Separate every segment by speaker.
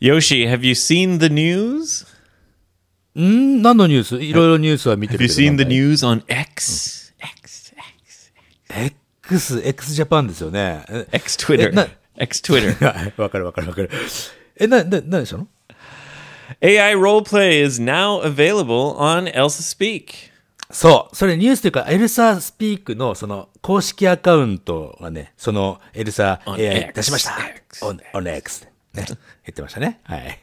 Speaker 1: Yoshi, have you seen the news?
Speaker 2: ん何のニュースいろいろニュースは見て
Speaker 1: Have
Speaker 2: る
Speaker 1: you
Speaker 2: け
Speaker 1: seen
Speaker 2: どなん
Speaker 1: the
Speaker 2: かね。
Speaker 1: news on X? Hmm. X, X,
Speaker 2: X、X ジャパンですよね。え
Speaker 1: X Twitter.
Speaker 2: えな
Speaker 1: X Twitter.
Speaker 2: はい わかるわかるわかる。え、な、な、何でしたの
Speaker 1: AI roleplay is now available on Elsa Speak.
Speaker 2: そう。それニュースというか、エルサスピークのその公式アカウントはね、そのエルサ
Speaker 1: On
Speaker 2: AI
Speaker 1: X
Speaker 2: 出しました
Speaker 1: X
Speaker 2: on, on X ね。言ってましたね。はい。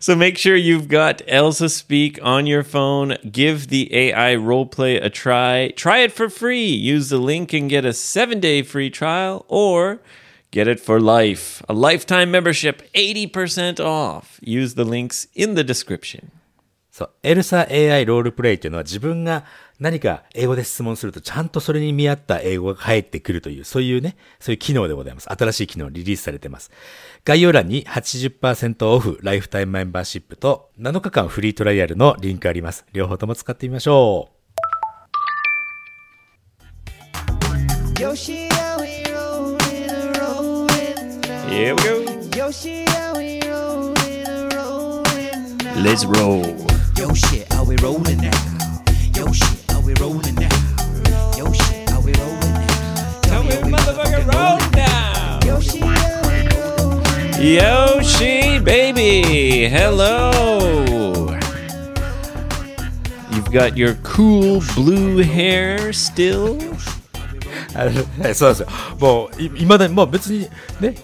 Speaker 1: So make sure you've got Elsa Speak on your phone. Give the AI roleplay a try. Try it for free. Use the link and get a seven day free trial or get it for life. A lifetime membership, 80% off. Use the links in the description.
Speaker 2: そう。エルサ AI ロールプレイっていうのは自分が何か英語で質問するとちゃんとそれに見合った英語が返ってくるという、そういうね、そういう機能でございます。新しい機能リリースされてます。概要欄に80%オフライフタイムメンバーシップと7日間フリートライアルのリンクあります。両方とも使ってみましょう。
Speaker 3: Yoshi out here rolling and rolling now.
Speaker 1: Here we go.
Speaker 3: Yoshi out here rolling and rolling now.
Speaker 1: Let's roll.
Speaker 3: Yoshi, are we rolling now? Yoshi, are we rolling now? Yoshi, are we rolling now? Tell me, are we motherfucking rolling
Speaker 1: now.
Speaker 3: Yoshi out here rolling.
Speaker 1: Yoshi baby, hello. You've got your cool blue hair still.
Speaker 2: あのはいそうなんですよ。もう、いまだに、まあ別に、ね、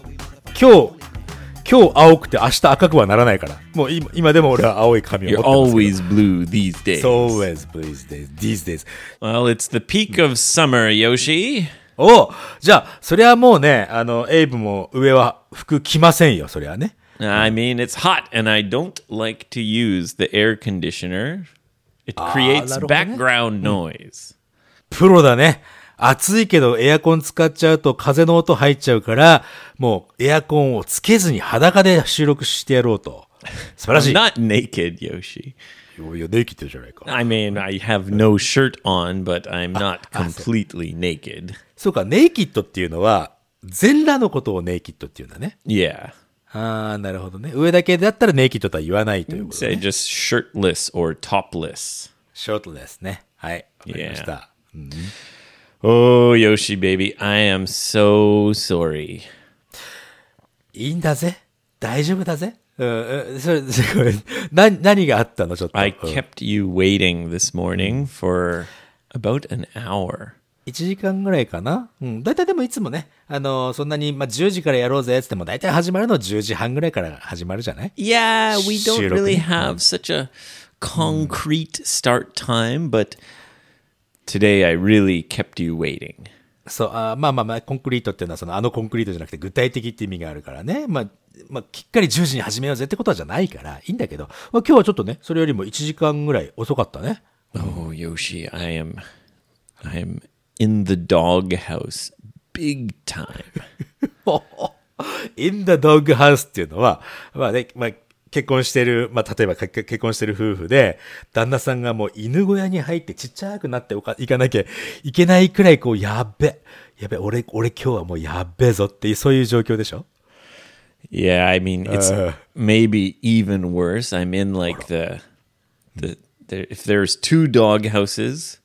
Speaker 2: 今日、今日青くて明日赤くはならないから。もう今今でも俺は青い髪
Speaker 1: You're
Speaker 2: を持ってますけど。
Speaker 1: always blue these days.
Speaker 2: It's always, please, these these days.
Speaker 1: well, it's the peak of summer, Yoshi.
Speaker 2: おうじゃあ、そりゃもうね、あの、エイブも上は服着ませんよ、そりゃね。
Speaker 1: I mean, it's hot, and I don't like to use the air conditioner. It creates
Speaker 2: なるほどね。
Speaker 1: background noise.
Speaker 2: プロだね。暑いけどエアコン使っちゃうと風の音入っちゃうから、もうエアコンをつけずに裸で収録してやろうと。素晴らしい。
Speaker 1: Not naked, Yoshi.
Speaker 2: いや、できてるじゃないか。
Speaker 1: I mean, I have no shirt on, but I'm not completely naked.
Speaker 2: そうか、ネイキッドっていうのは、全裸のことをネイキッドっていうんだね。
Speaker 1: Yeah.
Speaker 2: ああ、なるほどね。上だけだったらネイキッドとは言わないということで、
Speaker 1: Say
Speaker 2: ね。
Speaker 1: just shirtless or topless.
Speaker 2: ショートですね。はい。わかりました。
Speaker 1: Oh, Yoshi baby, I am so sorry.
Speaker 2: いいんだぜ。大丈夫だぜ。うん、うんそれ、 それ、な、何があったのちょっと。
Speaker 1: I
Speaker 2: 1
Speaker 1: kept you waiting this morning for about an hour.
Speaker 2: 時間ぐらいかなうん。大体でもいつもね、あのー、そんなに、まあ、10時からやろうぜってっても、大体始まるの10時半ぐらいから始まるじゃない
Speaker 1: Yeah, we don't
Speaker 2: Shiro-kun.
Speaker 1: really have such a concrete start time, but today I really kept you waiting.
Speaker 2: そう、あーまあまあまあ、コンクリートっていうのは、その、あのコンクリートじゃなくて具体的って意味があるからね。まあ、まあ、きっかり10時に始めようぜってことはじゃないから、いいんだけど、まあ今日はちょっとね、それよりも1時間ぐらい遅かったね。
Speaker 1: Oh, Yoshi, I am I am in the doghouse big time.
Speaker 2: ほほ In the dog house っていうのは、まあね、まあ、結婚してる、まあ、例えばか結婚してる夫婦で、旦那さんがもう犬小屋に入ってちっちゃくなっておか、行かなきゃいけないくらい、こう、やっべ、やべ、俺、俺今日はもうやっべえぞっていう、そういう状況でしょ
Speaker 1: Yeah, I mean it's
Speaker 2: Uh.
Speaker 1: maybe even worse. I'm in like the the there, if there's two dog houses,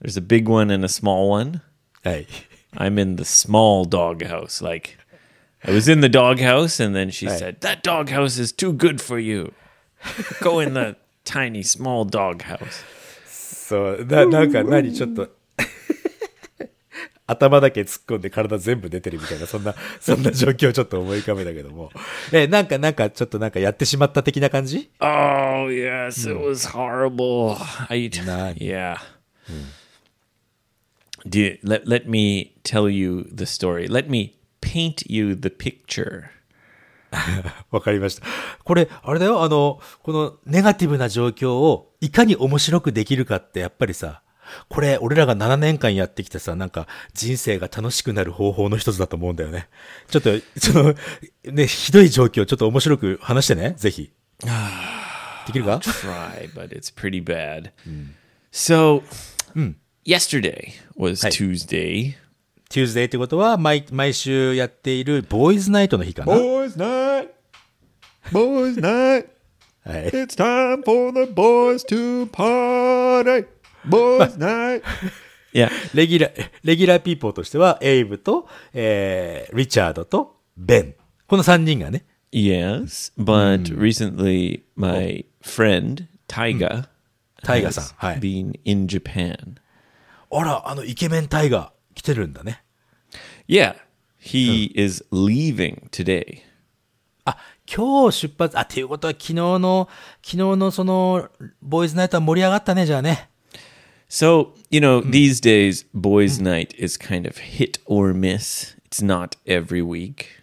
Speaker 1: there's a big one and a small one.
Speaker 2: はい。
Speaker 1: I'm in the small dog house. Like I was in the dog house, and then she said that dog house is too good for you. Go in the tiny small dog house.
Speaker 2: そう、な、なんか何、ちょっと。頭だけ突っ込んで体全部出てるみたいな、そんな、そんな状況をちょっと思い浮かべたけども。え、なんか、なんか、ちょっとなんかやってしまった的な感じ
Speaker 1: Oh yes, it was horrible. I
Speaker 2: Nah.
Speaker 1: yeah. Do you- let let me tell you the story. Let me paint you the picture.
Speaker 2: わかりました。これ、あれだよ、あの、このネガティブな状況をいかに面白くできるかって、やっぱりさ、これ、俺らが7年間やってきたさ、なんか、人生が楽しくなる方法の一つだと思うんだよね。ちょっと、その、ね、ひどい状況、ちょっと面白く話してね、ぜひ。できるか
Speaker 1: Try, but it's pretty bad. So yesterday was Tuesday.
Speaker 2: Tuesday ってことは毎、毎週やっているボーイズナイトの日かな。は
Speaker 1: Boys night. Boys night.
Speaker 2: い。
Speaker 1: It's time for the boys to party. Boys night. Yeah.
Speaker 2: レギュラー、レギュラーピーポーとしては、エイブと、えー、リチャードと、ベン。この3人がね。
Speaker 1: Yes, but recently my friend Taiga Hmm.
Speaker 2: タイガさん
Speaker 1: has。
Speaker 2: はい。
Speaker 1: been in Japan.
Speaker 2: あら、あの、イケメンタイガー、来てるんだね。
Speaker 1: Yeah, Hmm. he is leaving today.
Speaker 2: あ、今日出発、あ、っていうことは昨日の、昨日のその、ボーイズナイトは盛り上がったね、じゃあね。
Speaker 1: So, you know, these days boys night is kind of hit or miss. It's not every week.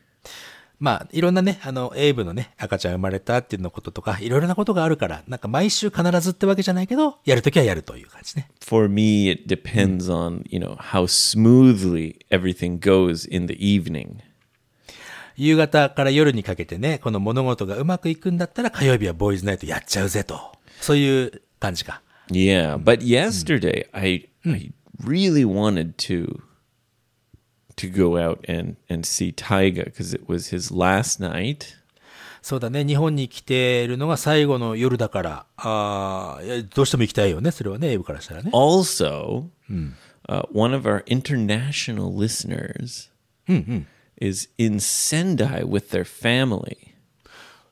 Speaker 2: まあ、いろんなね、あの、エイブのね、赤ちゃん生まれたっていうのこととか、いろいろなことがあるから、なんか毎週必ずってわけじゃないけど、やるときはやるという感じね。
Speaker 1: For me, it depends on, you know, how smoothly everything goes in the evening.
Speaker 2: 夕方から夜にかけてね、この物事がうまくいくんだったら、火曜日はボーイズナイトやっちゃうぜと。そういう感じか。
Speaker 1: Yeah, but yesterday I I really wanted to to go out and and see Taiga because it was his last night.
Speaker 2: そうだね、日本に来てるのが最後の夜だから、あーいやどうしても行きたいよね、それはね、エイブからしたらね。
Speaker 1: Also, uh, one of our international listeners is in Sendai with their family.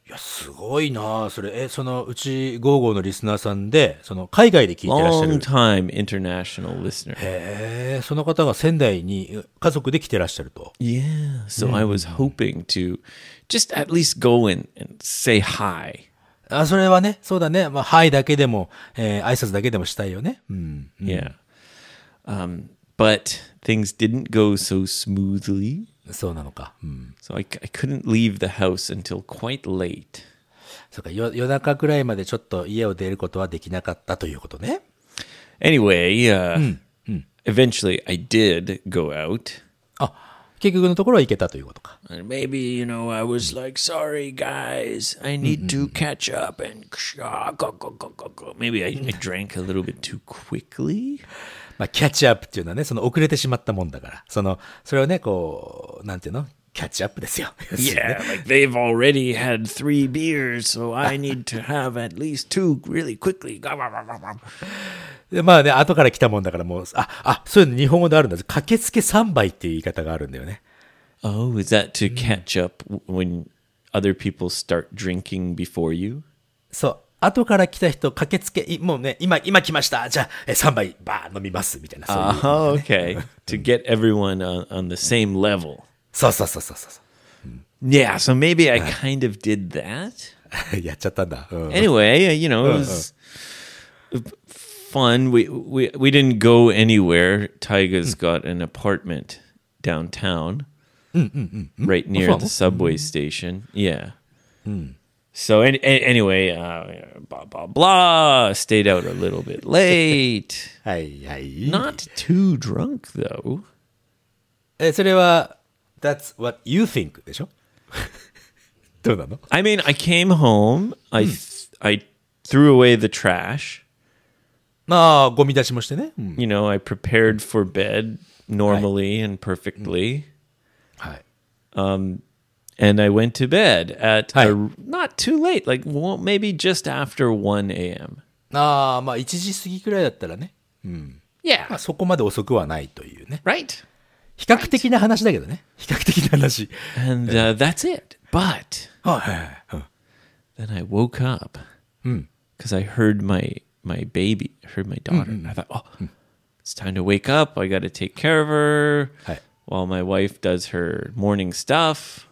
Speaker 2: いや、すごいなあそれ、え、その、うち、ゴーゴーのリスナーさんで、その、海外で聞いてらっしゃ
Speaker 1: Long
Speaker 2: る。
Speaker 1: time international listener.
Speaker 2: えー、その方が仙台に家族で来てらっしゃると。
Speaker 1: Yeah. So I was hoping to just at least go in and say hi.
Speaker 2: あ、それはね、そうだね。まあ、はいだけでも、えー挨拶だけでもしたいよね。うん。
Speaker 1: Yeah. Um, but things didn't go so smoothly.
Speaker 2: そうなのか。うん。
Speaker 1: So I, c- I couldn't leave the house until quite late.
Speaker 2: そうか、よ夜中くらいまでちょっと家を出ることはできなかったということね。
Speaker 1: Anyway, uh, eventually I did go out.
Speaker 2: あ、結局のところは行けたということか。
Speaker 1: And maybe, you know, I was like, sorry, guys, I need to catch up. And ah, maybe I, I drank a little bit too quickly.
Speaker 2: まあ、キャッチアップっていうのはね、その遅れてしまったもんだから。その、それをね、こう、なんていうのキャッチアップです よ。
Speaker 1: Yeah, like they've already had three beers, so I need to have at least two really quickly.
Speaker 2: でまあね、後から来たもんだからもう、あ、あ、そういうの日本語であるんだ。駆けつけ3杯っていう言い方があるんだよね。
Speaker 1: Oh, is that to catch up w- when other people start drinking before you?
Speaker 2: そう。後から来た人、駆けつけ、いもうね、今、今来ました。じゃあ、え3杯、バー飲みます。みたいな、そういう。
Speaker 1: Oh, okay. to get everyone on, on the same level.
Speaker 2: そうそうそうそうそ
Speaker 1: Yeah, so maybe I kind of did that.
Speaker 2: う。 やっちゃったんだ。うん、
Speaker 1: Anyway, uh, you know, it was fun. We we we didn't go anywhere. Tyga's got an apartment downtown, Hmm, right near the subway station. Yeah. Hmm. So an an- anyway, uh, blah blah blah. Stayed out a little bit late.
Speaker 2: はいはい。
Speaker 1: Not too drunk though.
Speaker 2: え、それは、that's what you think でしょ どうなの
Speaker 1: I mean, I came home. I th- I threw away the trash.
Speaker 2: まあ、ゴミ出しもしてね。うん。
Speaker 1: You know, I prepared for bed normally and perfectly.
Speaker 2: はい。
Speaker 1: and I went to bed at
Speaker 2: Hi.
Speaker 1: a- not too late, like well, maybe just after 1 a.m.
Speaker 2: ああ、まあ、1時過ぎくらいだったらね。ま
Speaker 1: Yeah.
Speaker 2: あ、そこまで遅くはないというね。
Speaker 1: Right.
Speaker 2: 比較的な話だけどね。比較的な話。
Speaker 1: And uh, that's it. But
Speaker 2: はいはいはい。うん
Speaker 1: then I woke up because I heard my, my baby, I heard my daughter. I thought, oh, it's time to wake up. I got to take care of her
Speaker 2: Hi.
Speaker 1: while my wife does her morning stuff.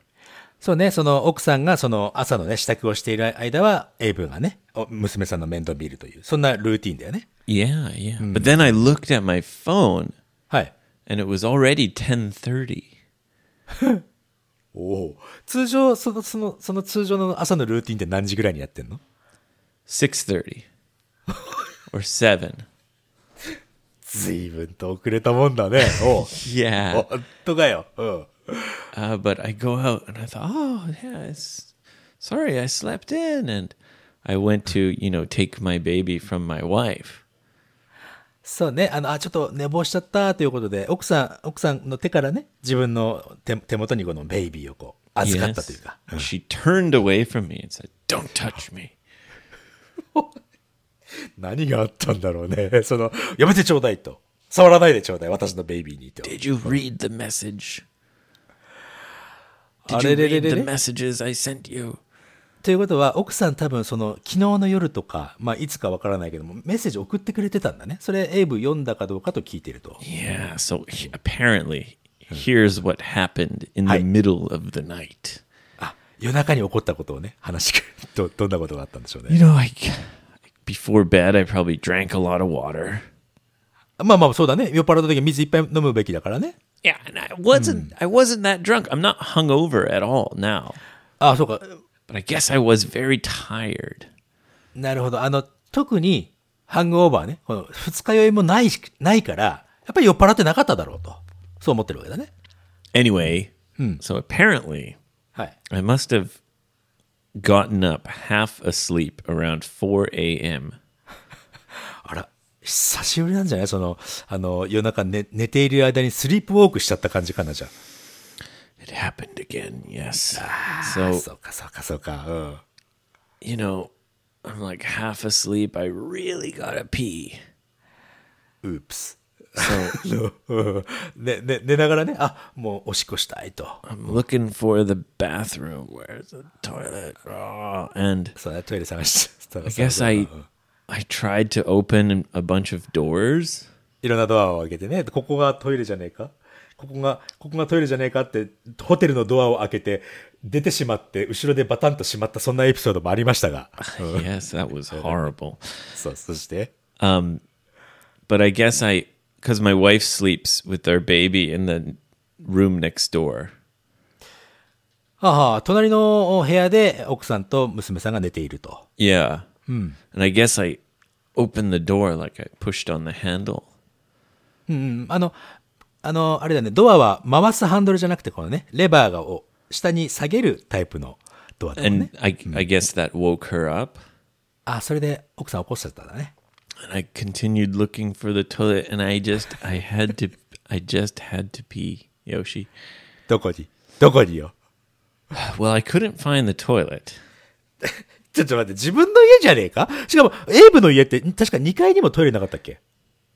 Speaker 2: そうね、その奥さんがその朝のね、支度をしている間は、エイブがね、お娘さんの面倒を見るという、そんなルーティンだよね。
Speaker 1: Yeah, yeah. But then I looked at my phone
Speaker 2: はい。
Speaker 1: and it was already 10:30.
Speaker 2: おお。通常、その、その、その通常の朝のルーティンって何時ぐらいにやってんの
Speaker 1: six thirty or seven.
Speaker 2: 随分と遅れたもんだね。お う
Speaker 1: Yeah,
Speaker 2: 本当かよ。うん。
Speaker 1: uh, but I go out and I thought, oh yeah, it's, sorry, I slept in, and I went to you know take my baby from my wife.
Speaker 2: そうね。あの、あ、ちょっと寝坊しちゃったということで、奥さん、奥さんの手からね、自分の手手元にこのベイビーをこう、預かったというか。
Speaker 1: Yes. She turned away from me and said, Don't touch me.
Speaker 2: 何があったんだろう ね。その、やめてちょうだいと。触らないでちょうだい、私のベイビーにと。
Speaker 1: Did you read the message? Did
Speaker 2: あ
Speaker 1: you
Speaker 2: れれれ
Speaker 1: read
Speaker 2: れ
Speaker 1: the
Speaker 2: れ
Speaker 1: messages I sent you?
Speaker 2: ということは、奥さん多分その、昨日の夜とか、まあ、いつかわからないけども、メッセージ送ってくれてたんだね。それ、エイブ読んだかどうかと聞いてると。
Speaker 1: Yeah, so he, apparently, here's what happened in
Speaker 2: Hi.
Speaker 1: the middle of the night.
Speaker 2: あ、夜中に起こったことをね、話しど、どんなことがあったんでしょうね。
Speaker 1: You know, I, before bed, I probably drank a lot of water.
Speaker 2: まあまあ、そうだね。酔っ払った時は水いっぱい飲むべきだからね。
Speaker 1: Yeah, and I wasn't I wasn't that drunk. I'm not hungover at all now.
Speaker 2: あ、そうか。
Speaker 1: But I guess I was very tired.
Speaker 2: なるほど。あの、特に、ハングオーバーね、この二日酔いもないし、ないから、やっぱり酔っ払ってなかっただろうと。そう思ってるわけだね。
Speaker 1: Anyway, so apparently
Speaker 2: はい。
Speaker 1: I must have gotten up half asleep around 4 a.m.
Speaker 2: あら、久しぶりなんじゃないその、あの、夜中寝寝ている間にスリープウォークしちゃった感じかな、じゃ
Speaker 1: It happened again, yes.
Speaker 2: あ。
Speaker 1: Ah, So,
Speaker 2: そうか、そうか、そうか。うん。
Speaker 1: you know, I'm like half asleep. I really gotta pee.
Speaker 2: うープス。
Speaker 1: So
Speaker 2: うんね、ね、寝ながらね、あ、もうおしっこしたいと。
Speaker 1: I'm looking for the bathroom. Where's the toilet? Oh, and
Speaker 2: そうだね、トイレ探して。I
Speaker 1: I guess I I tried to open a bunch of doors.
Speaker 2: いろんなドアを開けてね、ここがトイレじゃねえかここが、ここがトイレじゃねえかって、ホテルのドアを開けて、出てしまって、後ろでバタンとしまった、そんなエピソードもありましたが。
Speaker 1: yes, that was horrible.
Speaker 2: そう、そして、
Speaker 1: But I guess I cuz my wife sleeps with their baby in the room next door.
Speaker 2: はあはあ、隣の部屋で奥さんと娘さんが寝ていると。
Speaker 1: Yeah. And I guess I opened the door like I pushed on the handle.
Speaker 2: うんあの、あの、あれだね、ドアは回すハンドルじゃなくて、このね、レバーを下に下げるタイプのドアだもん
Speaker 1: And
Speaker 2: ね。
Speaker 1: I I guess that woke her up.
Speaker 2: あ、それで奥さん起こしちゃったんだね。
Speaker 1: And I continued looking for the toilet and I just I had to I just had to pee, Yoshi.
Speaker 2: どこにどこによ
Speaker 1: Well, I couldn't find the toilet.
Speaker 2: ちょっと待って、自分の家じゃねえかしかも、エイブの家って、確か2階にもトイレなかったっけ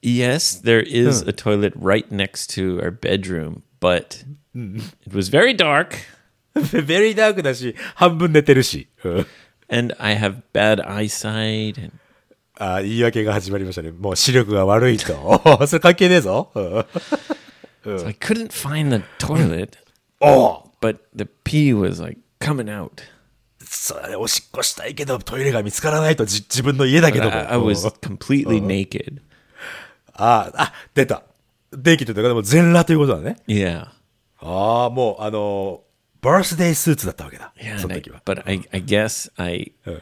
Speaker 1: Yes, there is a toilet right next to our bedroom, but it was very dark
Speaker 2: ベリーダークだし、半分寝てるし。
Speaker 1: and I have bad eyesight and
Speaker 2: あー言い訳が始まりましたね。もう視力が悪いと。 それ関係ねえぞ。うん
Speaker 1: so I couldn't find the toilet,
Speaker 2: おう
Speaker 1: but the pee was like coming out.
Speaker 2: そうだね、おしっこしたいけど、トイレが見つからないと、じ自分の家だけ
Speaker 1: But
Speaker 2: ど
Speaker 1: I,
Speaker 2: も。
Speaker 1: I was
Speaker 2: うん
Speaker 1: completely naked.
Speaker 2: あー、あ、出た。電気というか、でも全裸ということだね。
Speaker 1: Yeah.
Speaker 2: ああ、もう、あのーバースデースーツだったわけだ。
Speaker 1: Yeah.
Speaker 2: そ
Speaker 1: and
Speaker 2: の
Speaker 1: I-
Speaker 2: 時は。
Speaker 1: but I, I guess I, I
Speaker 2: Uh.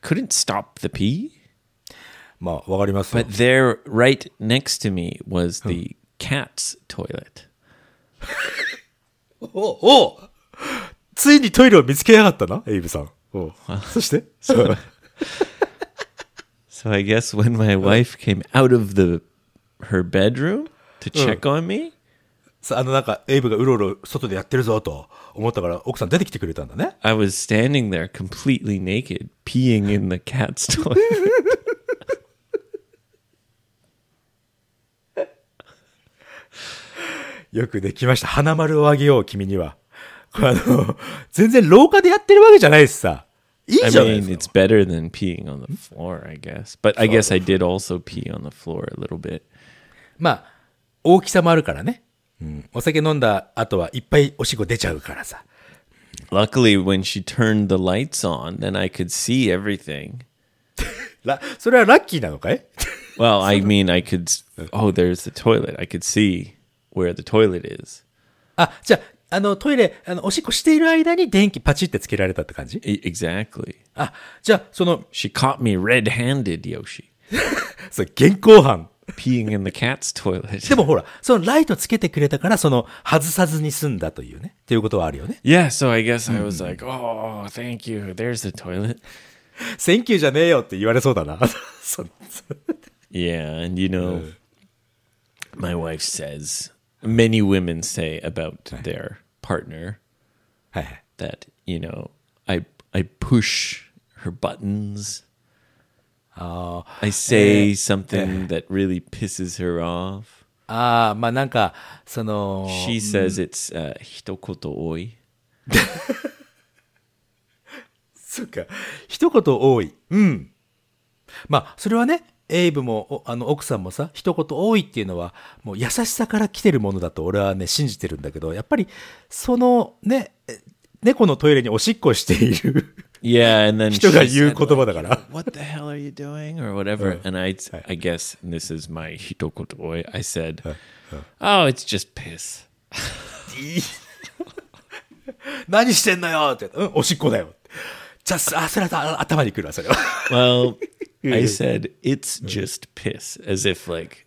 Speaker 1: couldn't stop the pee.
Speaker 2: まあ、わかりますよ
Speaker 1: But there, right next to me, was the cat's toilet.
Speaker 2: おおついにトイレを見つけやがったな、エイブさん。おそして そう。
Speaker 1: So I guess when my wife came out of the her bedroom to check on me,
Speaker 2: さあの、なんか、エイブがうろうろ外でやってるぞと思ったから、奥さん出てきてくれたんだね。
Speaker 1: I was standing there completely naked, peeing in the cat's toilet.
Speaker 2: よくできました。花丸をあげよう、君には。これあの、全然廊下でやってるわけじゃないしさ。いい
Speaker 1: I
Speaker 2: じゃないで
Speaker 1: mean,
Speaker 2: すか。
Speaker 1: it's better than peeing on the floor, I guess. But I guess I did also pee on the floor a little bit.
Speaker 2: まあ、大きさもあるからね。うん。お酒飲んだ後はいっぱいおしっこ出ちゃうからさ。
Speaker 1: Luckily, when she turned the lights on, then I could see everything.
Speaker 2: ら、それはラッキーなのかい
Speaker 1: Well, I mean, I could. s- Oh, there's the toilet. I could see where the toilet is.
Speaker 2: あ、じゃあ、あの、トイレ、あの、おしっこしている間に電気パチってつけられたって感じ
Speaker 1: E- exactly.
Speaker 2: あ、じゃあ、その、
Speaker 1: She caught me red-handed, Yoshi.
Speaker 2: そう、現行犯。
Speaker 1: peeing in the cat's toilet.
Speaker 2: でもほら、そのライトつけてくれたから、その、外さずに済んだというね。ということはあるよね。
Speaker 1: yeah, so I guess I was like, oh, thank you. There's the toilet.
Speaker 2: センキューじゃねえよって言われそうだな。そ
Speaker 1: Yeah, and you know, my wife says many women say about their partner
Speaker 2: はいはい。
Speaker 1: that you know I I push her buttons. I say something that really pisses her off.
Speaker 2: ああ、まあなんか、その、
Speaker 1: She says it's uh, 一言多い。
Speaker 2: そうか。一言多い。うん。まあ、それはね、エイブも、おあの、奥さんもさ、一言多いっていうのは、もう優しさから来てるものだと俺はね、信じてるんだけど、やっぱり、その、ね、え猫のトイレにおしっこして いる
Speaker 1: Yeah, and then
Speaker 2: 人が
Speaker 1: she
Speaker 2: 言う
Speaker 1: said, Uh.
Speaker 2: 言葉だから。
Speaker 1: what the hell are you doing or whatever and i i guess and this is my hitokotoi i said oh it's just piss
Speaker 2: 何してんのよって。うん、おしっこだよ。じゃあ、あそれはあ頭にくるわ、それは。
Speaker 1: well i said it's just piss as if like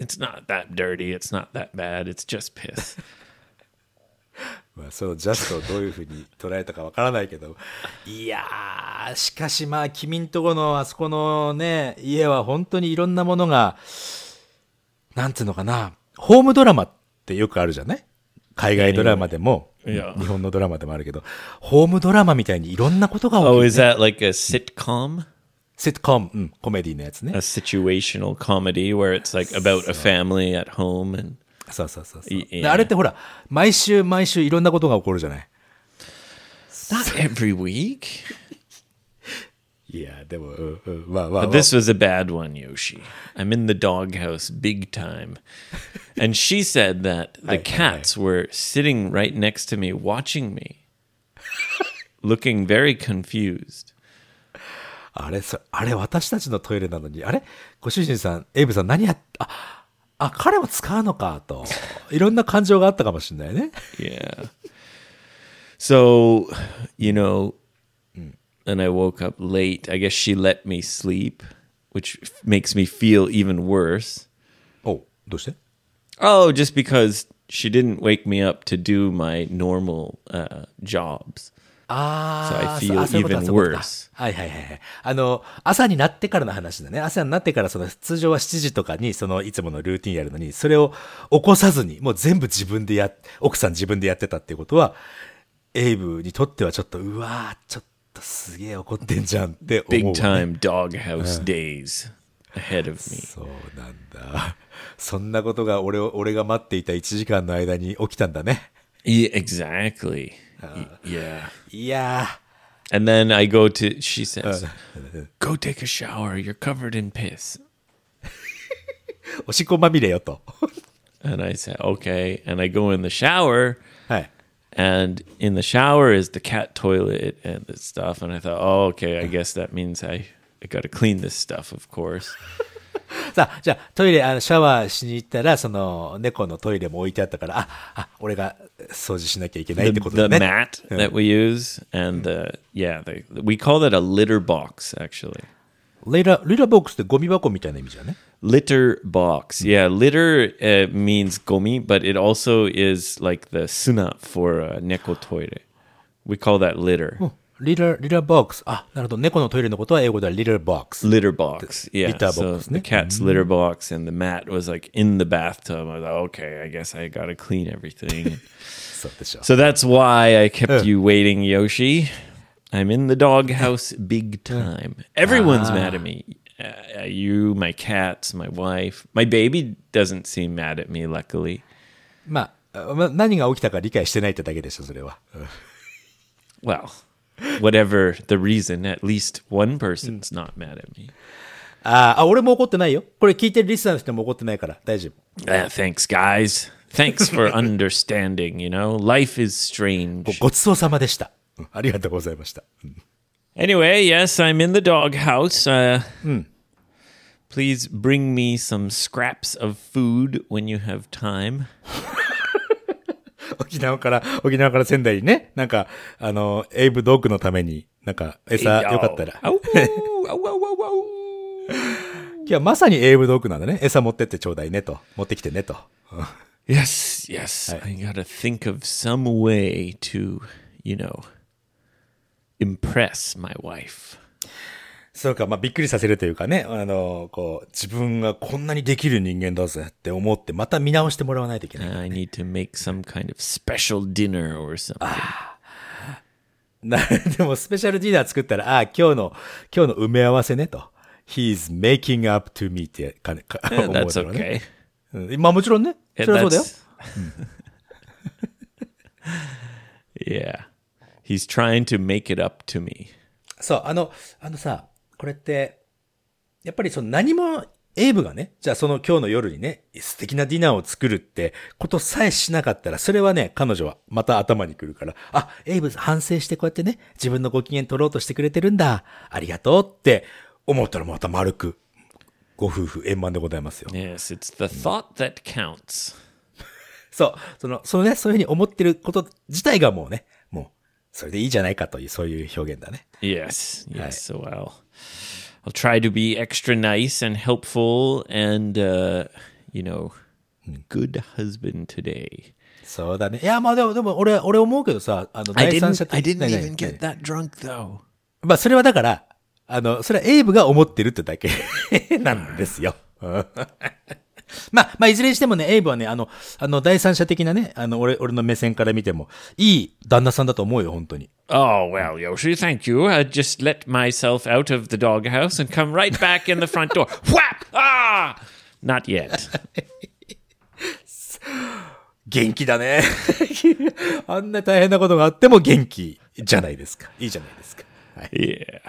Speaker 1: it's not that dirty it's not that bad it's just piss
Speaker 2: まあ、そのジャストをどういうふうに捉えたかわからないけど、 いやー、しかしまあ、君んとこのあそこのね、家は本当にいろんなものが、なんつうのかな、ホームドラマってよくあるじゃない海外ドラマでも、
Speaker 1: いや
Speaker 2: 日本のドラマでもあるけど、ホームドラマみたいにいろんなことが起
Speaker 1: oh
Speaker 2: きる。
Speaker 1: is that like a sitcom
Speaker 2: セットコム、うん、コメディのやつ
Speaker 1: a
Speaker 2: ね。
Speaker 1: situational comedy where it's like about a family at home and
Speaker 2: そうそうそうそう。
Speaker 1: いい
Speaker 2: であれってほら、毎週毎週いろんなことが起こるじゃない
Speaker 1: not every week
Speaker 2: いや、でも、うんうん、まあまあ、まあ
Speaker 1: This was a bad one, Yoshi. I'm in the doghouse big time. And she said that the cats were sitting right next to me, watching me, looking very confused.
Speaker 2: あれ、そあれ、私たちのトイレなのに、あれご主人さん、エイブさん何やっ、あ、あ、彼も使うのか、と。いろんな感情があったかもしれないね。
Speaker 1: Yeah. So, you know, and I woke up late. I guess she let me sleep, which f- makes me feel even worse.
Speaker 2: おどうして
Speaker 1: Oh, just because she didn't wake me up to do my normal uh, jobs.
Speaker 2: あ
Speaker 1: So I
Speaker 2: あ、
Speaker 1: feel
Speaker 2: あそういうことだ
Speaker 1: even
Speaker 2: そういうことだ
Speaker 1: worse.
Speaker 2: はいはいはいはい。あの、朝になってからの話だね。朝になってから、その、通常は7時とかに、その、いつものルーティンやるのに、それを起こさずに、もう全部自分でや、奥さん自分でやってたっていうことは、エイブにとってはちょっと、うわー、ちょっとすげえ怒ってんじゃんって思うわね、
Speaker 1: big time doghouse days ahead of me.
Speaker 2: そうなんだ。そんなことが俺を、俺が待っていた1時間の間に起きたんだね。
Speaker 1: Yeah, exactly. Y- yeah.
Speaker 2: いや
Speaker 1: And then I go to, she says,
Speaker 2: ー、
Speaker 1: go take a shower. You're covered in piss.
Speaker 2: おしっこまみれよと。
Speaker 1: And I say, okay. And I go in the shower.
Speaker 2: はい。
Speaker 1: And in the shower is the cat toilet and the stuff. And I thought, oh, okay. I guess that means I, I got to clean this stuff, of course.
Speaker 2: さあ、じゃあトイレ、あの、シャワーしに行ったら、その、猫のトイレも置いてあったから、あ、あ、俺が掃除しなきゃいけないっ
Speaker 1: The,
Speaker 2: てことだ
Speaker 1: the
Speaker 2: ね。
Speaker 1: mat that we use. And the, yeah, the, we call that a litter box, actually.
Speaker 2: レイラ、レイラボックスってゴミ箱みたいな意味じゃね
Speaker 1: litter box. Yeah, litter uh, means gomi, but it also is like the suna for uh, neko toire. We call that litter.
Speaker 2: リラ、リラボックス。あ、なるほど。猫のトイレのことは英語ではリラボックス。
Speaker 1: Litter box. Yeah.
Speaker 2: litter
Speaker 1: so
Speaker 2: box,
Speaker 1: the
Speaker 2: ne?
Speaker 1: cat's litter box and the mat was like in the bathtub. I thought, okay, I guess I got to clean everything.
Speaker 2: そうでしょ。
Speaker 1: so that's why I kept you waiting, Yoshi. I'm in the doghouse big time. Everyone's mad at me. Uh, you, my cats, my wife. My baby doesn't seem mad at me, luckily.
Speaker 2: まあ、あまあ何が起きたか理解してないってだけでしょ、それは。うん
Speaker 1: well, whatever the reason, at least one person's not mad at me.
Speaker 2: あーあ、俺も怒ってないよ。これ聞いてるリスナーの人も怒ってないから、大丈夫。
Speaker 1: Ah, thanks, guys. Thanks for understanding. You know, life is
Speaker 2: ご
Speaker 1: strange.
Speaker 2: ごちそうさまでした。うんありがとうございました。うん
Speaker 1: Anyway, yes, I'm in the doghouse. Uh, Please bring me some scraps of food when you have time.
Speaker 2: 沖縄から、沖縄から仙台にね、なんか、あの、エイブドッグのために、なんか、餌、よかったら。
Speaker 1: Ow, ow, ow, ow, ow, ow.
Speaker 2: いや、まさにエイブドッグなんだね。餌持ってってちょうだいねと。持ってきてねと。
Speaker 1: Yes, yes. I gotta think of some way to, you know, impress my wife.
Speaker 2: そうか、まあ、びっくりさせるというかね、あの、こう、自分がこんなにできる人間だぜって思って、また見直してもらわないといけな
Speaker 1: I
Speaker 2: い。
Speaker 1: need to make some kind of special dinner or something.
Speaker 2: な、 でも、スペシャルディナー作ったら、ああ、今日の、今日の埋め合わせね、と。he's making up to me ってか、ね、か、
Speaker 1: Yeah,
Speaker 2: 思 う
Speaker 1: that's
Speaker 2: だろうね。
Speaker 1: okay.
Speaker 2: うんまあ、もちろんね。そ
Speaker 1: Yeah,
Speaker 2: れはそうだよ。
Speaker 1: that's- yeah. He's trying to make it up to me.
Speaker 2: そう、あの、あのさ、これって、やっぱりその何も、エイブがね、じゃあその今日の夜にね、素敵なディナーを作るってことさえしなかったら、それはね、彼女はまた頭にくるから、あ、エイブ反省してこうやってね、自分のご機嫌取ろうとしてくれてるんだ、ありがとうって思ったらまた丸く、ご夫婦円満でございますよ。
Speaker 1: Yes, it's the thought that counts.
Speaker 2: そう、その、そのね、そういうふうに思ってること自体がもうね、もう、それでいいじゃないかという、そういう表現だね。
Speaker 1: Yes, yes. So I'll I'll try to be extra nice and helpful and uh, you know, good husband today.
Speaker 2: そうだね。いや、まあでも、でも、俺、俺思うけどさ、あの、
Speaker 1: I
Speaker 2: 第三者
Speaker 1: didn't
Speaker 2: 的
Speaker 1: I didn't
Speaker 2: 何々
Speaker 1: even get that drunk though.
Speaker 2: まあ、それはだから、あの、それはエイブが思ってるってだけ なんですよ。うん まあ、まあ、いずれにしてもね、エイブはね、あの、あの、第三者的なね、あの、俺、俺の目線から見ても、いい旦那さんだと思うよ、本当に。
Speaker 1: Oh, well, Yoshi, thank you. I just let myself out of the doghouse and come right back in the front door. Whap! Ah! Not yet.
Speaker 2: 元気だね。 あんな大変なことがあっても元気じゃないですか。いいじゃないですか。
Speaker 1: Yeah.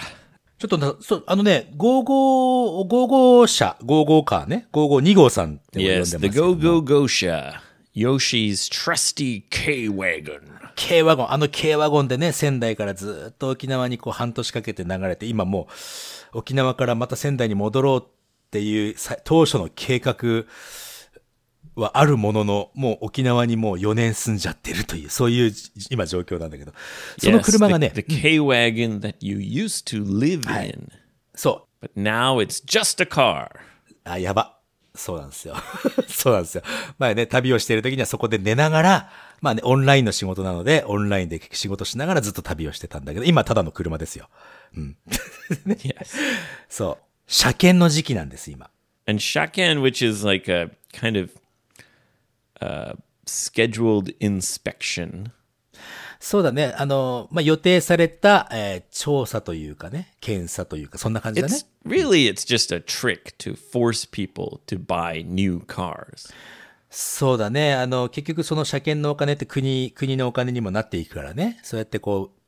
Speaker 2: ちょっとな、そう、あのね、55、55車、55カーね、552号さんって俺呼んでま
Speaker 1: Yes,
Speaker 2: すけ
Speaker 1: the
Speaker 2: ど
Speaker 1: Go Go Gosha. Yoshi's trusty K Wagon.
Speaker 2: K ワゴン、あの K ワゴンでね、仙台からずっと沖縄にこう半年かけて流れて、今もう沖縄からまた仙台に戻ろうっていうさ当初の計画はあるものの、もう沖縄にもう4年住んじゃってるという、そういうじ今状況なんだけど、その
Speaker 1: Yes,
Speaker 2: 車が
Speaker 1: the,
Speaker 2: ね、
Speaker 1: the K Wagon that you used to live in.
Speaker 2: そう、
Speaker 1: But now it's just a car.
Speaker 2: あ、やば。そうなんですよ。 そうなんですよ。前ね、旅をしている時にはそこで寝ながら、まあね、オンラインの仕事なので、オンラインで仕事しながらずっと旅をしてたんだけど、今ただの車ですよ。うん。ね
Speaker 1: Yes.
Speaker 2: そう。車検の時期なんです、今。
Speaker 1: And Shakan, which is like a kind of uh, scheduled inspection.
Speaker 2: そうだね。あの、まあ、予定された、えー調査というかね、検査というか、そんな感じだね
Speaker 1: It's。really it's just a trick to force people to buy new cars.
Speaker 2: そうだね。あの、結局その車検のお金って国、国のお金にもなっていくからね。そうやってこう、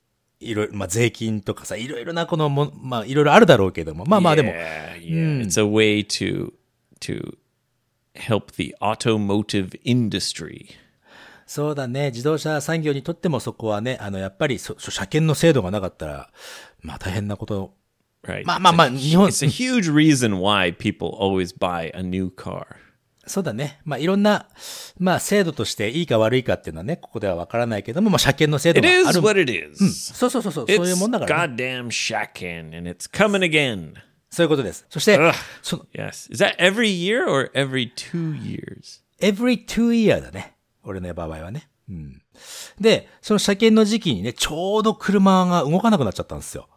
Speaker 2: いろいろ、まあ、税金とかさ、いろいろなこのも、まあ、いろいろあるだろうけども。まあまあでも、
Speaker 1: yeah, yeah. it's a way to to help the automotive industry.
Speaker 2: そうだね。自動車産業にとってもそこはね、あの、やっぱりそ、そ車検の制度がなかったら、まあ大変なこと。
Speaker 1: Right.
Speaker 2: まあまあまあ、日本、
Speaker 1: It's a huge reason why people always buy a new car.
Speaker 2: そうだね。まあいろんな、まあ制度としていいか悪いかっていうのはね、ここではわからないけども、まあ車検の制度
Speaker 1: It
Speaker 2: があ
Speaker 1: is
Speaker 2: る。
Speaker 1: what it is.
Speaker 2: そうそうそうそう、そういう
Speaker 1: It's
Speaker 2: もんだから、ね。
Speaker 1: goddamn Shakan and it's coming again.
Speaker 2: そういうことです。そして、
Speaker 1: Ugh.
Speaker 2: その、
Speaker 1: Yes. Is that every year or every 2 years?
Speaker 2: every two year だね。俺の場合はね。うん。で、その車検の時期にね、ちょうど車が動かなくなっちゃったんですよ。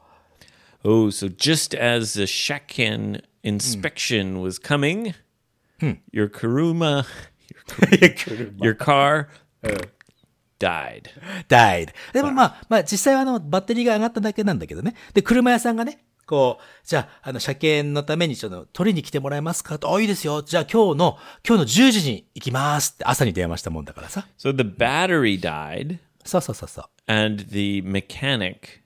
Speaker 1: Oh, so just as the Shakan inspection was coming, your Karuma, Hmm. your, Karuma- Uh. your car died.
Speaker 2: died. でもまあ、まあ実際はあの、バッテリーが上がっただけなんだけどね。で、車屋さんがね、こう、じゃあ、あの、車検のためにその、取りに来てもらえますかと、あ、いいですよ。じゃあ今日の、今日の10時に行きますって朝に電話したもんだからさ。
Speaker 1: So the battery died,
Speaker 2: そうそうそうそう。
Speaker 1: and the mechanic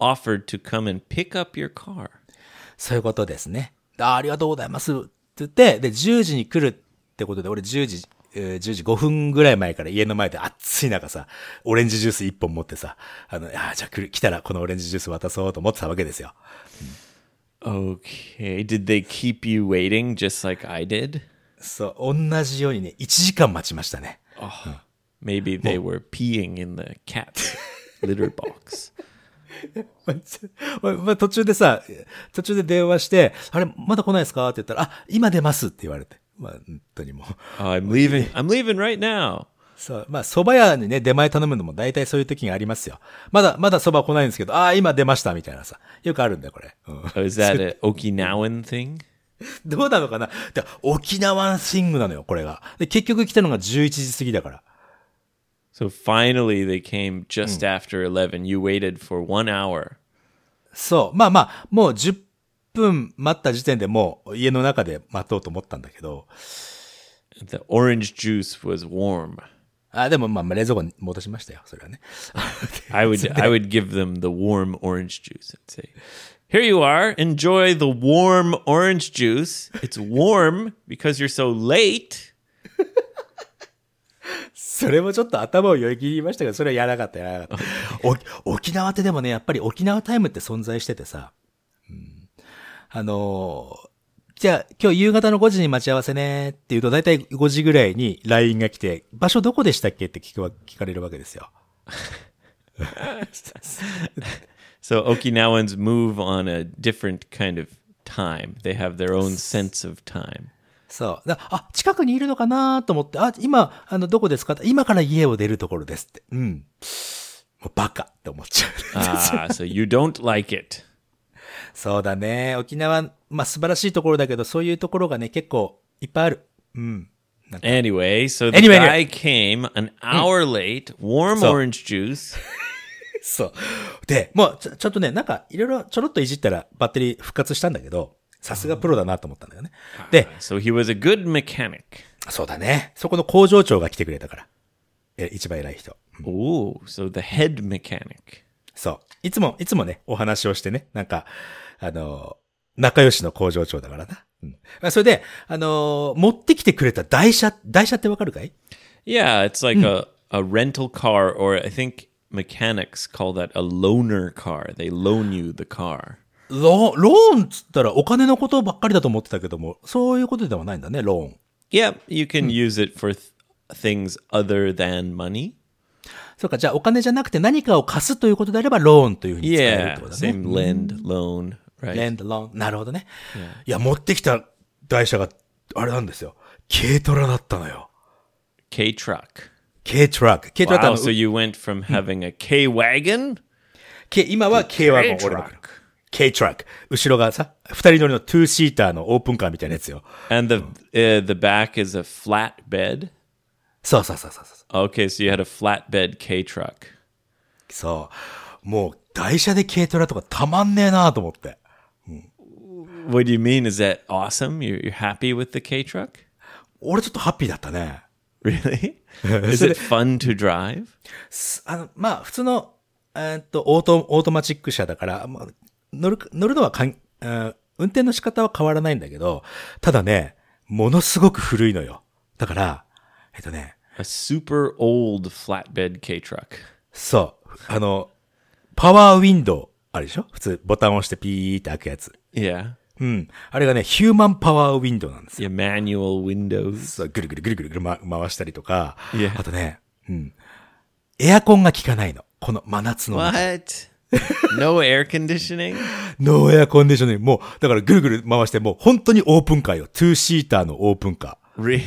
Speaker 1: offered to come and pick up your car.
Speaker 2: そういうことですね。あありがとうございます。って言って、で、10時に来るってことで、俺10時、えー10時5分ぐらい前から家の前で暑い中さ、オレンジジュース1本持ってさ、あの、ああ、じゃあ来る、来たらこのオレンジジュース渡そうと思ってたわけですよ。
Speaker 1: Okay. Did they keep you waiting just like I did?
Speaker 2: そう、同じようにね、1時間待ちましたね。
Speaker 1: Maybe they were peeing in the cat litter box.
Speaker 2: まま途中でさ、途中で電話して、あれ、まだ来ないですかって言ったら、あ、今出ますって言われて。まあ、本当にもう。
Speaker 1: Oh, I'm leaving. I'm leaving right now.
Speaker 2: そう。まあ、蕎麦屋にね、出前頼むのも大体そういう時がありますよ。まだ、まだ蕎麦来ないんですけど、ああ、今出ました、みたいなさ。よくあるんだよ、これ。うん。
Speaker 1: Oh, is that an Okinawan thing?
Speaker 2: どうなのかなで沖縄シングなのよ、これが。で、結局来たのが11時過ぎだから。
Speaker 1: So finally they came just
Speaker 2: Hmm.
Speaker 1: after 11. You waited for one hour.
Speaker 2: そう。まあまあ、もう10分待った時点でもう家の中で待とうと思ったんだけど、
Speaker 1: The orange juice was warm.
Speaker 2: あ、でもまあ、まあ冷蔵庫に戻しましたよ、それはね。
Speaker 1: I would I would give them the warm orange juice. I'd say, "Here you are. Enjoy the warm orange juice. It's warm because you're so late."
Speaker 2: それもちょっと頭をよぎりましたけど、それはやらなかった、やらなかった。 お沖縄ってでもね、やっぱり沖縄タイムって存在しててさ、うん、あのーじゃあ今日夕方の5時に待ち合わせねって言うと、だいたい5時ぐらいに LINE が来て、場所どこでしたっけって聞くわ聞かれるわけですよ。
Speaker 1: So Okinawans move on a different kind of time. They have their own sense of time.
Speaker 2: そう。だあ、近くにいるのかなと思って、あ、今、あの、どこですか今から家を出るところですって。うん。もうバカって思っちゃう。
Speaker 1: Ah, so you don't like it.
Speaker 2: そうだね。沖縄、まあ素晴らしいところだけど、そういうところがね、結構いっぱいある。うん。なんか
Speaker 1: Anyway, so the
Speaker 2: Anyway,
Speaker 1: guy
Speaker 2: anyway.
Speaker 1: came an hour late, warm
Speaker 2: So-
Speaker 1: orange juice.
Speaker 2: そう。で、もうちょ、ちょっとね、なんか、いろいろちょろっといじったらバッテリー復活したんだけど、さすがプロだなと思ったんだよね。で、
Speaker 1: So he was a good mechanic.
Speaker 2: そうだね。そこの工場長が来てくれたから。え、一番偉い人。
Speaker 1: Ooh, so the head mechanic.
Speaker 2: そう。いつも、いつもね、お話をしてね、なんか、あの、仲良しの工場長だからな。うん。あそれで、あの持ってきてくれた台車、台車ってわかるかい
Speaker 1: Yeah, it's like a, a rental car, or I think mechanics call that a loaner car. They loan you the car.
Speaker 2: ローン、ローンっつったらお金のことばっかりだと思ってたけども、そういうことではないんだね、ローン。
Speaker 1: Yeah, you can use it for th- things other than money.
Speaker 2: そうか、じゃあお金じゃなくて何かを貸すということであれば、ローンというふうに使えるって
Speaker 1: Yeah,
Speaker 2: ことだね。
Speaker 1: same lend, loan, right?
Speaker 2: レンド、ローン。なるほどね。いや、持ってきた台車が、あれなんですよ。軽トラだったのよ。
Speaker 1: K truck.
Speaker 2: 軽トラック。軽トラって
Speaker 1: Wow,
Speaker 2: あの
Speaker 1: so you went from having a K wagon
Speaker 2: 軽今は軽ワゴン、
Speaker 1: K
Speaker 2: 俺の
Speaker 1: truck.
Speaker 2: 軽トラック。後ろがさ、二人乗りの2シーターのオープンカーみたいなやつよ。
Speaker 1: and the uh, the back is a flat bed.
Speaker 2: そうそうそうそうそう。
Speaker 1: Okay, so you had a flatbed K truck.
Speaker 2: そう。もう、台車で軽トラとかたまんねえなと思って。
Speaker 1: What do you mean? Is that awesome? You're, you're happy with the K truck?
Speaker 2: 俺ちょっとハッピーだったね。
Speaker 1: Really? Is it fun to drive?
Speaker 2: あの、まあ、普通の、えーっと、オート、オートマチック車だから、まあ、乗る、乗るのはかん、うん運転の仕方は変わらないんだけど、ただね、ものすごく古いのよ。だから、えっとね、
Speaker 1: A super old flatbed K truck.
Speaker 2: そう、あの、パワーウィンドウ、あるでしょ普通、ボタンを押してピーって開くやつ。
Speaker 1: Yeah.
Speaker 2: うん。あれがね、ヒューマンパワーウィンドウなんですよ
Speaker 1: The manual windows.
Speaker 2: そう、ぐるぐるぐるぐるぐる、ま、回したりとか、
Speaker 1: Yeah.
Speaker 2: あとね、うん。エアコンが効かないの。この真夏の中。
Speaker 1: What? no air conditioning?
Speaker 2: ノーエアコンディショニング。もう、だからぐるぐる回して、もう本当にオープンカーよ。2シーターのオープンカ
Speaker 1: Really?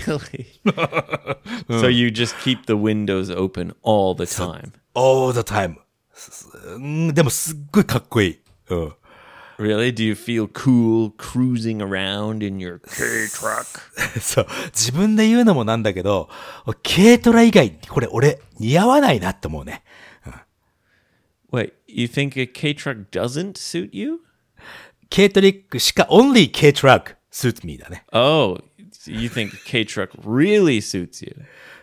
Speaker 1: so you just keep the windows open all the time.
Speaker 2: ー。all the time. すすうんでもすっごいかっこいい。うん。
Speaker 1: Really? Do you feel cool cruising around in your K truck?
Speaker 2: そう。自分で言うのもなんだけど、軽トラ以外、これ俺、似合わないなって思うね。
Speaker 1: Wait, you think a K truck doesn't suit you?
Speaker 2: 軽トリックしか、only 軽トラック、suit me だね。
Speaker 1: Oh, you think a K truck really suits you?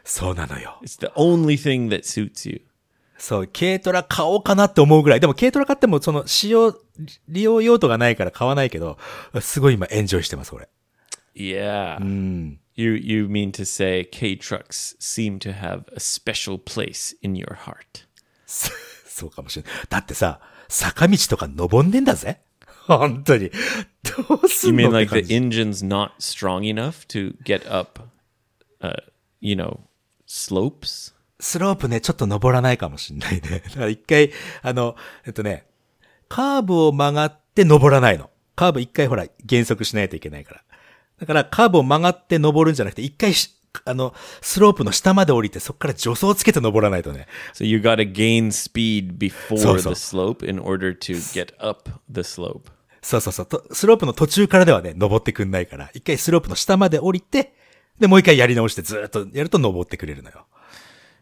Speaker 2: そうなのよ。
Speaker 1: It's the only thing that suits you.
Speaker 2: そう、軽トラ買おうかなって思うぐらい。でも軽トラ買っても、その、使用、利用用途がないから買わないけど、すごい今エンジョイしてます、俺。
Speaker 1: Yeah.
Speaker 2: Hmm.
Speaker 1: You you mean to say K trucks seem to have a special place in your heart.
Speaker 2: そ そうかもしれない。だってさ、坂道とか登んねんだぜ。本当に。どうす
Speaker 1: You
Speaker 2: ん
Speaker 1: mean
Speaker 2: のって
Speaker 1: like
Speaker 2: 感
Speaker 1: the
Speaker 2: じ
Speaker 1: engine's not strong enough to get up uh, you know, slopes?
Speaker 2: スロープね、ちょっと登らないかもしんないね。 だから一回、あの、えっとね、カーブを曲がって登らないの。カーブ一回ほら、減速しないといけないから。だから、カーブを曲がって登るんじゃなくて、一回しあの、スロープの下まで降りて、そこから助走をつけて登らないとね。
Speaker 1: So you got to gain speed before
Speaker 2: So, so.
Speaker 1: the slope in order to get up the slope.
Speaker 2: そうそうそう。とスロープの途中からではね、登ってくんないから、一回スロープの下まで降りて、で、もう一回やり直してずーっとやると登ってくれるのよ。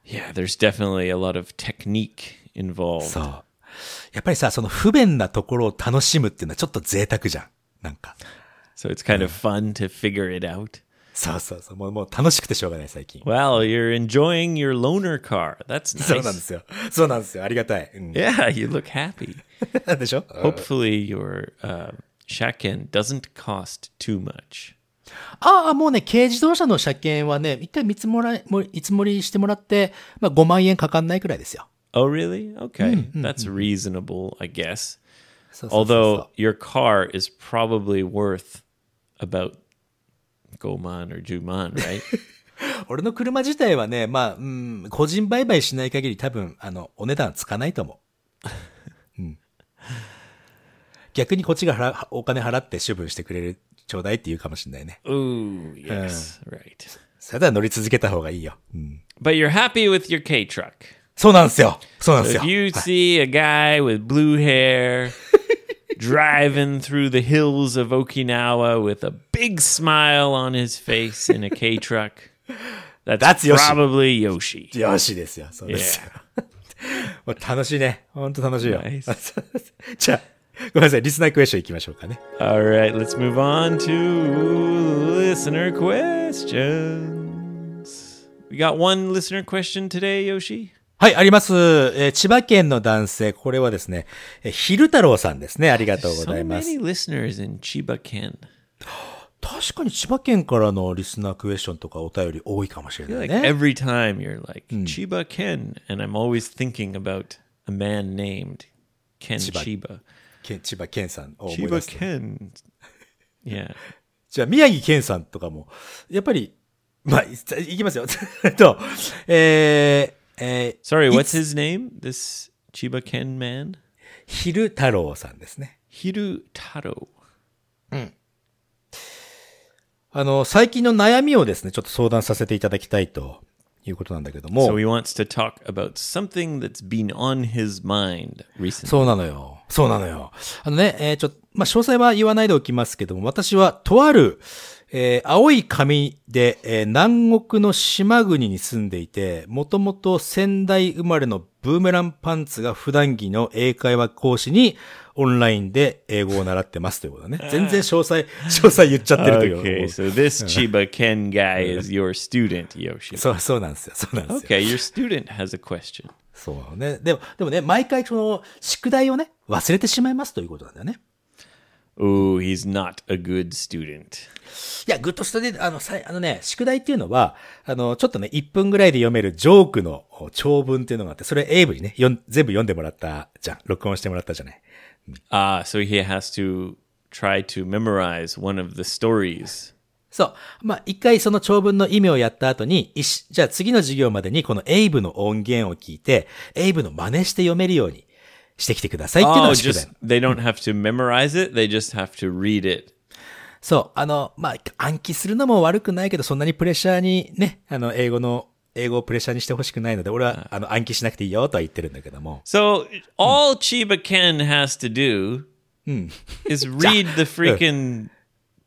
Speaker 1: Yeah, there's definitely a lot of technique involved.
Speaker 2: そう。やっぱりさ、その不便なところを楽しむっていうのはちょっと贅沢じゃん。なんか。
Speaker 1: So it's kind of fun to figure it out.
Speaker 2: そうそうそう。もう、もう楽しくてしょうがない、最近。
Speaker 1: Wow, you're enjoying your loaner car. That's
Speaker 2: そうなんで
Speaker 1: nice.
Speaker 2: すよ。そうなんですよ。ありがたい。うん。
Speaker 1: Yeah, you look happy.
Speaker 2: でしょ
Speaker 1: Uh, Hopefully, your uh, shaken doesn't cost too much.
Speaker 2: ああ、もうね、軽自動車の車検はね、一回見積もら、も見積もりしてもらって、まあ5万円かかんないくらいですよ。
Speaker 1: Oh, really? Okay, that's reasonable, I guess.
Speaker 2: そうそうそうそう
Speaker 1: Although your car is probably worth about Goman or Juman, right?
Speaker 2: 俺の車自体はね、まあ、うん、個人売買しない限り多分、あの、お値段つかないと思 う。うん。逆にこっちが払お金払って処分してくれる、ちょうだいって言うかもしれないね。
Speaker 1: Ooh, yes, Uh, right.
Speaker 2: それでは乗り続けた方がいいよ。うん。
Speaker 1: But you're happy with your K truck.
Speaker 2: そうなんですよ。そうなんですよ
Speaker 1: If。you see a guy with blue hair driving through the hills of Okinawa with a big smile on his face in a K truck, that's,
Speaker 2: That's Yoshi.
Speaker 1: probably Yoshi.
Speaker 2: よしですよ。そうですよ。 もう楽しいね。ほんと楽しいよ。
Speaker 1: ナイ
Speaker 2: じゃあ、ごめんなさい。リスナークエスチョン行きましょうかね。
Speaker 1: All right, let's move on to listener questions. We got one listener question today, Yoshi.
Speaker 2: はい、あります。えー千葉県の男性、これはですね、えー昼太郎さんですね。ありがとうご
Speaker 1: So
Speaker 2: ざいます。
Speaker 1: many listeners in Chiba Ken.
Speaker 2: 確かに千葉県からのリスナークエスチョンとかお便り多いかもしれ
Speaker 1: Like
Speaker 2: ないね。
Speaker 1: every time you're like
Speaker 2: Hmm.
Speaker 1: Chiba Ken, and I'm always thinking about a man named Ken
Speaker 2: Chiba. Oh,
Speaker 1: Chiba.
Speaker 2: け千葉県さんを思い出
Speaker 1: Chiba
Speaker 2: す。
Speaker 1: Ken. Yeah.
Speaker 2: じゃあ、宮城県さんとかも、やっぱり、 まあ、いいきますよ。 えっと、えー、えー、
Speaker 1: Sorry, what's his
Speaker 2: It's-
Speaker 1: name? This Chiba Ken man?
Speaker 2: 昼太郎さんですね。
Speaker 1: Hiru Taro.
Speaker 2: あの、最近の悩みをですね、ちょっと相談させていただきたいということなんだけども。
Speaker 1: So he wants to talk about something that's been on his mind recently.
Speaker 2: そうなのよ。そうなのよ。あのね、えーちょっと、まあ、詳細は言わないでおきますけども、私はとある、えー青い髪で、えー南国の島国に住んでいて、もともと仙台生まれのブーメランパンツが普段着の英会話講師に、オンラインで英語を習ってますということだ ね。全然詳細、詳細言っちゃってるという。
Speaker 1: okay, so this Chiba Ken guy is your student, Yoshi.
Speaker 2: そう、そうなんですよ。そうなんですよ。
Speaker 1: Okay, your student has a question.
Speaker 2: そうね。でも、でもね、毎回その、宿題をね、忘れてしまいますということなんだよね。
Speaker 1: Ooh, he's not a good student.
Speaker 2: いや、グッとしたで、あの、さいあのね、宿題っていうのは、あの、ちょっとね、1分ぐらいで読めるジョークのお長文っていうのがあって、それエイブにね、よん全部読んでもらったじゃん。録音してもらったじゃない。
Speaker 1: Ah, so he has to try to memorize one of the stories.
Speaker 2: そう。まあ、一回その長文の意味をやった後に、いしじゃあ次の授業までにこのエイブの音源を聞いて、エイブの真似して読めるようにしてきてくださいっていうの
Speaker 1: Oh,
Speaker 2: が宿題。
Speaker 1: just they don't have to memorize it; they just have to read it.
Speaker 2: そう。あの、まあ、暗記するのも悪くないけど、そんなにプレッシャーにね、あの、英語の、英語をプレッシャーにしてほしくないので、俺は、あの、暗記しなくていいよとは言ってるんだけども。
Speaker 1: So all Chiba Ken has to do is read the freaking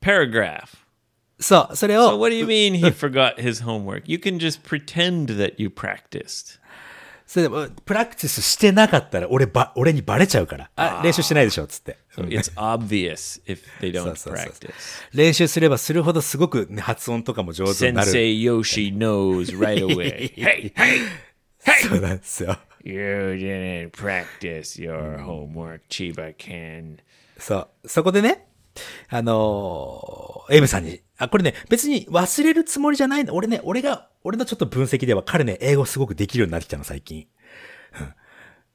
Speaker 1: paragraph.
Speaker 2: そう、それを。
Speaker 1: So what do you mean he forgot his homework? You can just pretend that you practiced.
Speaker 2: それでも、プラクティスしてなかったら、俺ば、俺にバレちゃうから。あ、練習してないでしょ、つって。
Speaker 1: It's obvious if they don't
Speaker 2: so, so, so.
Speaker 1: practice.
Speaker 2: 練習すればするほどすごく、ね、発音とかも上手になる。
Speaker 1: Sensei Yoshi knows right away. hey, hey,
Speaker 2: そうなんですよ。
Speaker 1: you didn't practice your homework, Chiba Ken.
Speaker 2: そう。そこでね、あのーエイブさんに、あ、これね、別に忘れるつもりじゃないんだ。俺ね、俺が、俺のちょっと分析では、彼ね、英語すごくできるようになってきたの、最近。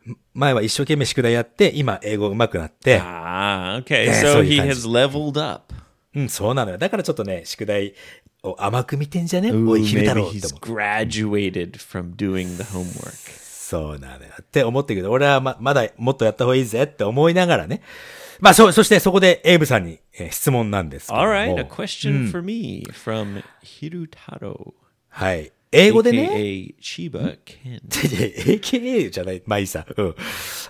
Speaker 2: うん前は一生懸命宿題やって、今、英語上手くなって、
Speaker 1: Ah, okay.
Speaker 2: Yeah,
Speaker 1: so
Speaker 2: so
Speaker 1: he
Speaker 2: you can-
Speaker 1: has leveled up.
Speaker 2: うん、そうなのよ。だからちょっとね、宿題を甘く見てんじゃね
Speaker 1: Ooh,
Speaker 2: おい、昼太
Speaker 1: maybe
Speaker 2: 郎って
Speaker 1: he's
Speaker 2: 思う。
Speaker 1: graduated from doing the homework.
Speaker 2: そうなのよ。って思ってるけど、俺はま、まだもっとやった方がいいぜって思いながらね。まあ、そ、そしてそこでエイブさんに、えー質問なんですけども。
Speaker 1: All right, a question for me from Hirutaro.
Speaker 2: はい。英語でね。
Speaker 1: AKA 千葉県。
Speaker 2: AKA じゃない。まあいいさ。うん。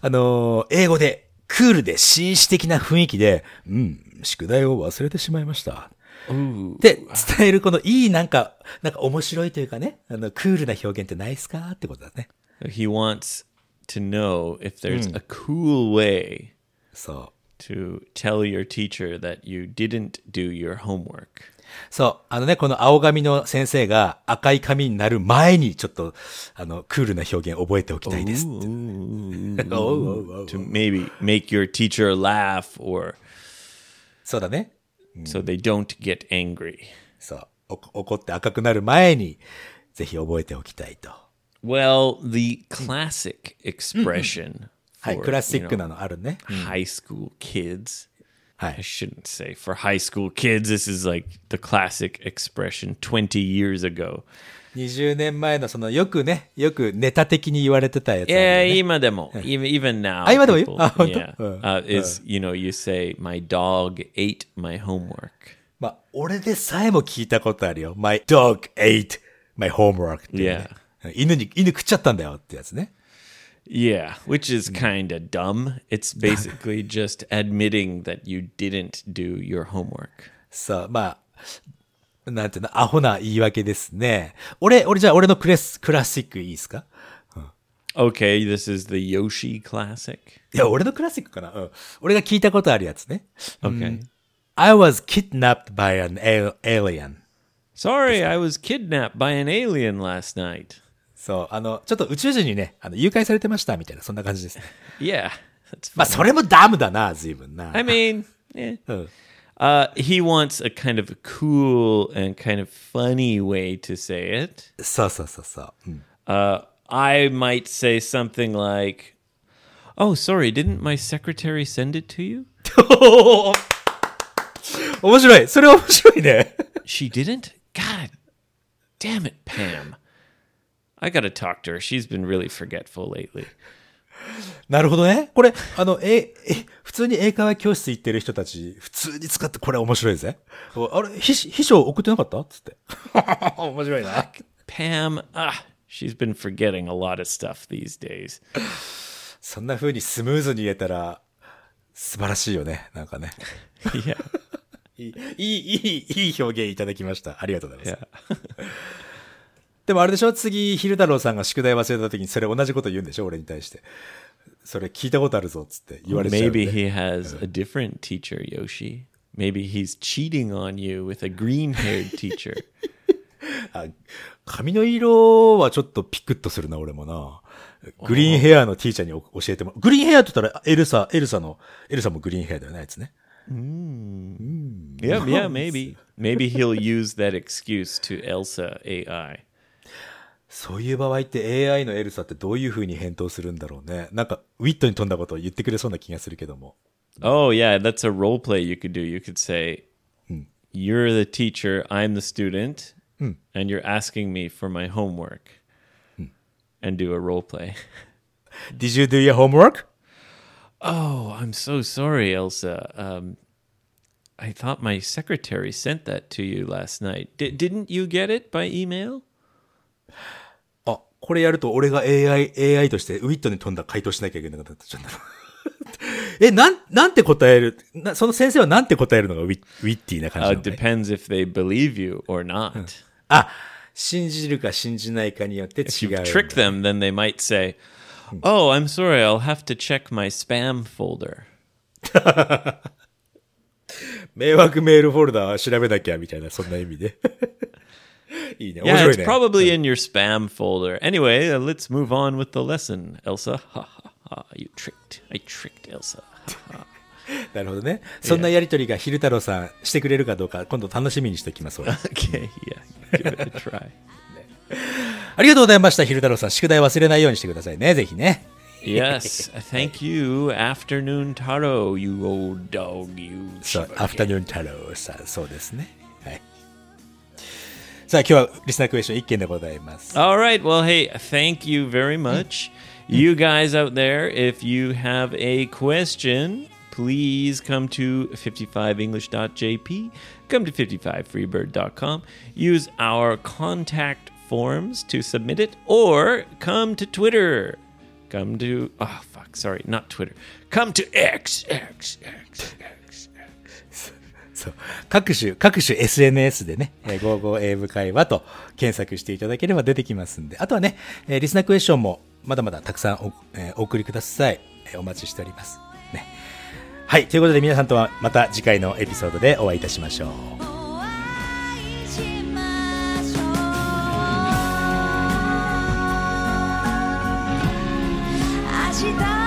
Speaker 2: あのー英語で、クールで紳士的な雰囲気で、うん、宿題を忘れてしまいました。で、伝えるこのいいなんか、なんか面白いというかね、あの、クールな表現ってないっすかってことだね。
Speaker 1: He wants to know if there's a cool way
Speaker 2: そう。
Speaker 1: to tell your teacher that you didn't do your homework.
Speaker 2: そう。あのね、この青髪の先生が赤い髪になる前に、ちょっと、あの、クールな表現覚えておきたいです。 おうおうおう
Speaker 1: To maybe make your teacher laugh or
Speaker 2: そうだね。
Speaker 1: so they don't get angry.
Speaker 2: そう。お怒って赤くなる前に、ぜひ覚えておきたいと。
Speaker 1: Well, the classic expression
Speaker 2: はい。
Speaker 1: for,
Speaker 2: クラシ
Speaker 1: you
Speaker 2: ッ
Speaker 1: know,
Speaker 2: クなのあるね。
Speaker 1: high school kids.
Speaker 2: は
Speaker 1: I
Speaker 2: い。
Speaker 1: shouldn't say for high school kids. This is like the classic expression 20 years ago.
Speaker 2: 20年前のその、よくね、よくネタ的に言われてたやつなんだ
Speaker 1: Yeah, Ah,
Speaker 2: よね、
Speaker 1: 今でも even even now.
Speaker 2: あ、今でもよ？
Speaker 1: people-
Speaker 2: あ、本当？
Speaker 1: yeah,
Speaker 2: うん。
Speaker 1: uh, is you know you say my dog ate my homework.
Speaker 2: まあ、俺でさえも聞いたことあるよ。My dog ate my homework っていうね、犬に、犬食っちゃったんだよってやつね。
Speaker 1: Yeah, which is kind of dumb. It's basically just admitting that you didn't do your homework.
Speaker 2: さあ、まあ、なんていうの、アホな言い訳ですね。俺、俺じゃあ俺のクレス、クラシックいいですか
Speaker 1: Okay, this is the Yoshi classic.
Speaker 2: いや、俺のクラシックかなうん。俺が聞いたことあるやつね。
Speaker 1: Okay.
Speaker 2: I was kidnapped by an al- alien.
Speaker 1: Sorry, I was kidnapped by an alien last night.
Speaker 2: そう、あの、ちょっと宇宙人にね、あの、誘拐されてました、みたいな、そんな感じ ですね。
Speaker 1: Yeah, that's
Speaker 2: まあ、それもダムだな、随分な。
Speaker 1: I mean, eh.
Speaker 2: うん。
Speaker 1: uh, he wants a kind of cool and kind of funny way to say it.
Speaker 2: そうそうそうそう。うん、
Speaker 1: Uh, I might say something like, "Oh, sorry, didn't my secretary send it to you?"
Speaker 2: 面白い。それ面白いね。
Speaker 1: She didn't. God, damn it, Pam. I gotta talk to her. She's been really forgetful lately.
Speaker 2: なるほどね。これ、あの、え、え、普通に英会話教室行ってる人たち、普通に使ってこれ面白いぜ。おあれ、秘秘書送ってなかったつって。面白いな。
Speaker 1: Pam, ah, she's been forgetting a lot of stuff these days.
Speaker 2: そんな風にスムーズに言えたら、素晴らしいよね。なんかね。
Speaker 1: yeah,
Speaker 2: いい、いい、いい、いい表現いただきました。ありがとうございます。
Speaker 1: yeah.
Speaker 2: でもあれでしょ次、昼太郎さんが宿題忘れた時にそれ同じこと言うんでしょ俺に対して。それ聞いたことあるぞ、つって言われちゃうんで
Speaker 1: Maybe he has a different teacher, Yoshi. Maybe he's cheating on you with a green-haired teacher.
Speaker 2: あ髪の色はちょっとピクッとするな、俺もな。グリーンヘアのティーチャーにお教えてもらう。グリーンヘアって言ったら、エルサ、エルサの、エルサもグリーンヘアだよね、あいつね。
Speaker 1: Yeah, yeah, maybe. Maybe he'll use that excuse to Elsa AI.
Speaker 2: そういう場合って AI のエルサってどういう風に返答するんだろうね。なんか、ウィットに飛んだことを言ってくれそうな気がするけども。
Speaker 1: Oh, yeah, that's a role play you could do. You could say, You're the teacher, I'm the student, and you're asking me for my homework. And do a role play.
Speaker 2: Did you do your homework?
Speaker 1: Oh, I'm so sorry, Elsa. Um, I thought my secretary sent that to you last night. Di- didn't you get it by email?
Speaker 2: あ、これやると俺が AI、AI としてウィットに飛んだ回答しなきゃいけなくなっちゃった。 え、なん、なんて答えるなその先生はなんて答えるのがウィウィッティな感じ
Speaker 1: Uh,
Speaker 2: な
Speaker 1: it
Speaker 2: の、ね
Speaker 1: depends if they believe you or not.
Speaker 2: あ、信じるか信じないかによって違
Speaker 1: you
Speaker 2: う。
Speaker 1: trick them, then they might say, "Oh, I'm sorry, I'll have to check my spam folder."
Speaker 2: 迷惑メールフォルダは調べなきゃみたいな、そんな意味で。 いいね。面
Speaker 1: Yeah,
Speaker 2: 白
Speaker 1: it's
Speaker 2: いね。
Speaker 1: probably in your spam folder. Anyway, uh, let's move on with the lesson, Elsa. Ha ha ha! You tricked. I tricked Elsa.
Speaker 2: なるほどね。そんなやりとりが昼太郎さんしてくれるかどうか、今度楽しみにしておきます。 俺
Speaker 1: Okay, yeah, give it a try.
Speaker 2: ありがとうございました、昼太郎さん。宿題忘れないようにしてくださいね、ぜひね。
Speaker 1: Yes, thank you, Afternoon Taro. You old dog, you.
Speaker 2: そう
Speaker 1: shiver-cat.、
Speaker 2: アフタヌーン太郎さん、そうですね。はい。さあ、今日はリスナークエスチョン1件でございます。
Speaker 1: All right. Well, hey, thank you very much. You guys out there, if you have a question, please come to 55english.jp, come to 55freebird.com, use our contact forms to submit it, or come to Twitter. Come to oh fuck, sorry, not Twitter. Come to X X X X.
Speaker 2: そう各種、各種 SNS でね、えー55英語会話と検索していただければ出てきますんで、あとはね、えーリスナークエスチョンもまだまだたくさんお,、えーお送りください、えーお待ちしております。ね。はい、ということで皆さんとはまた次回のエピソードでお会いいたしましょう。
Speaker 4: お会いしましょう」「明日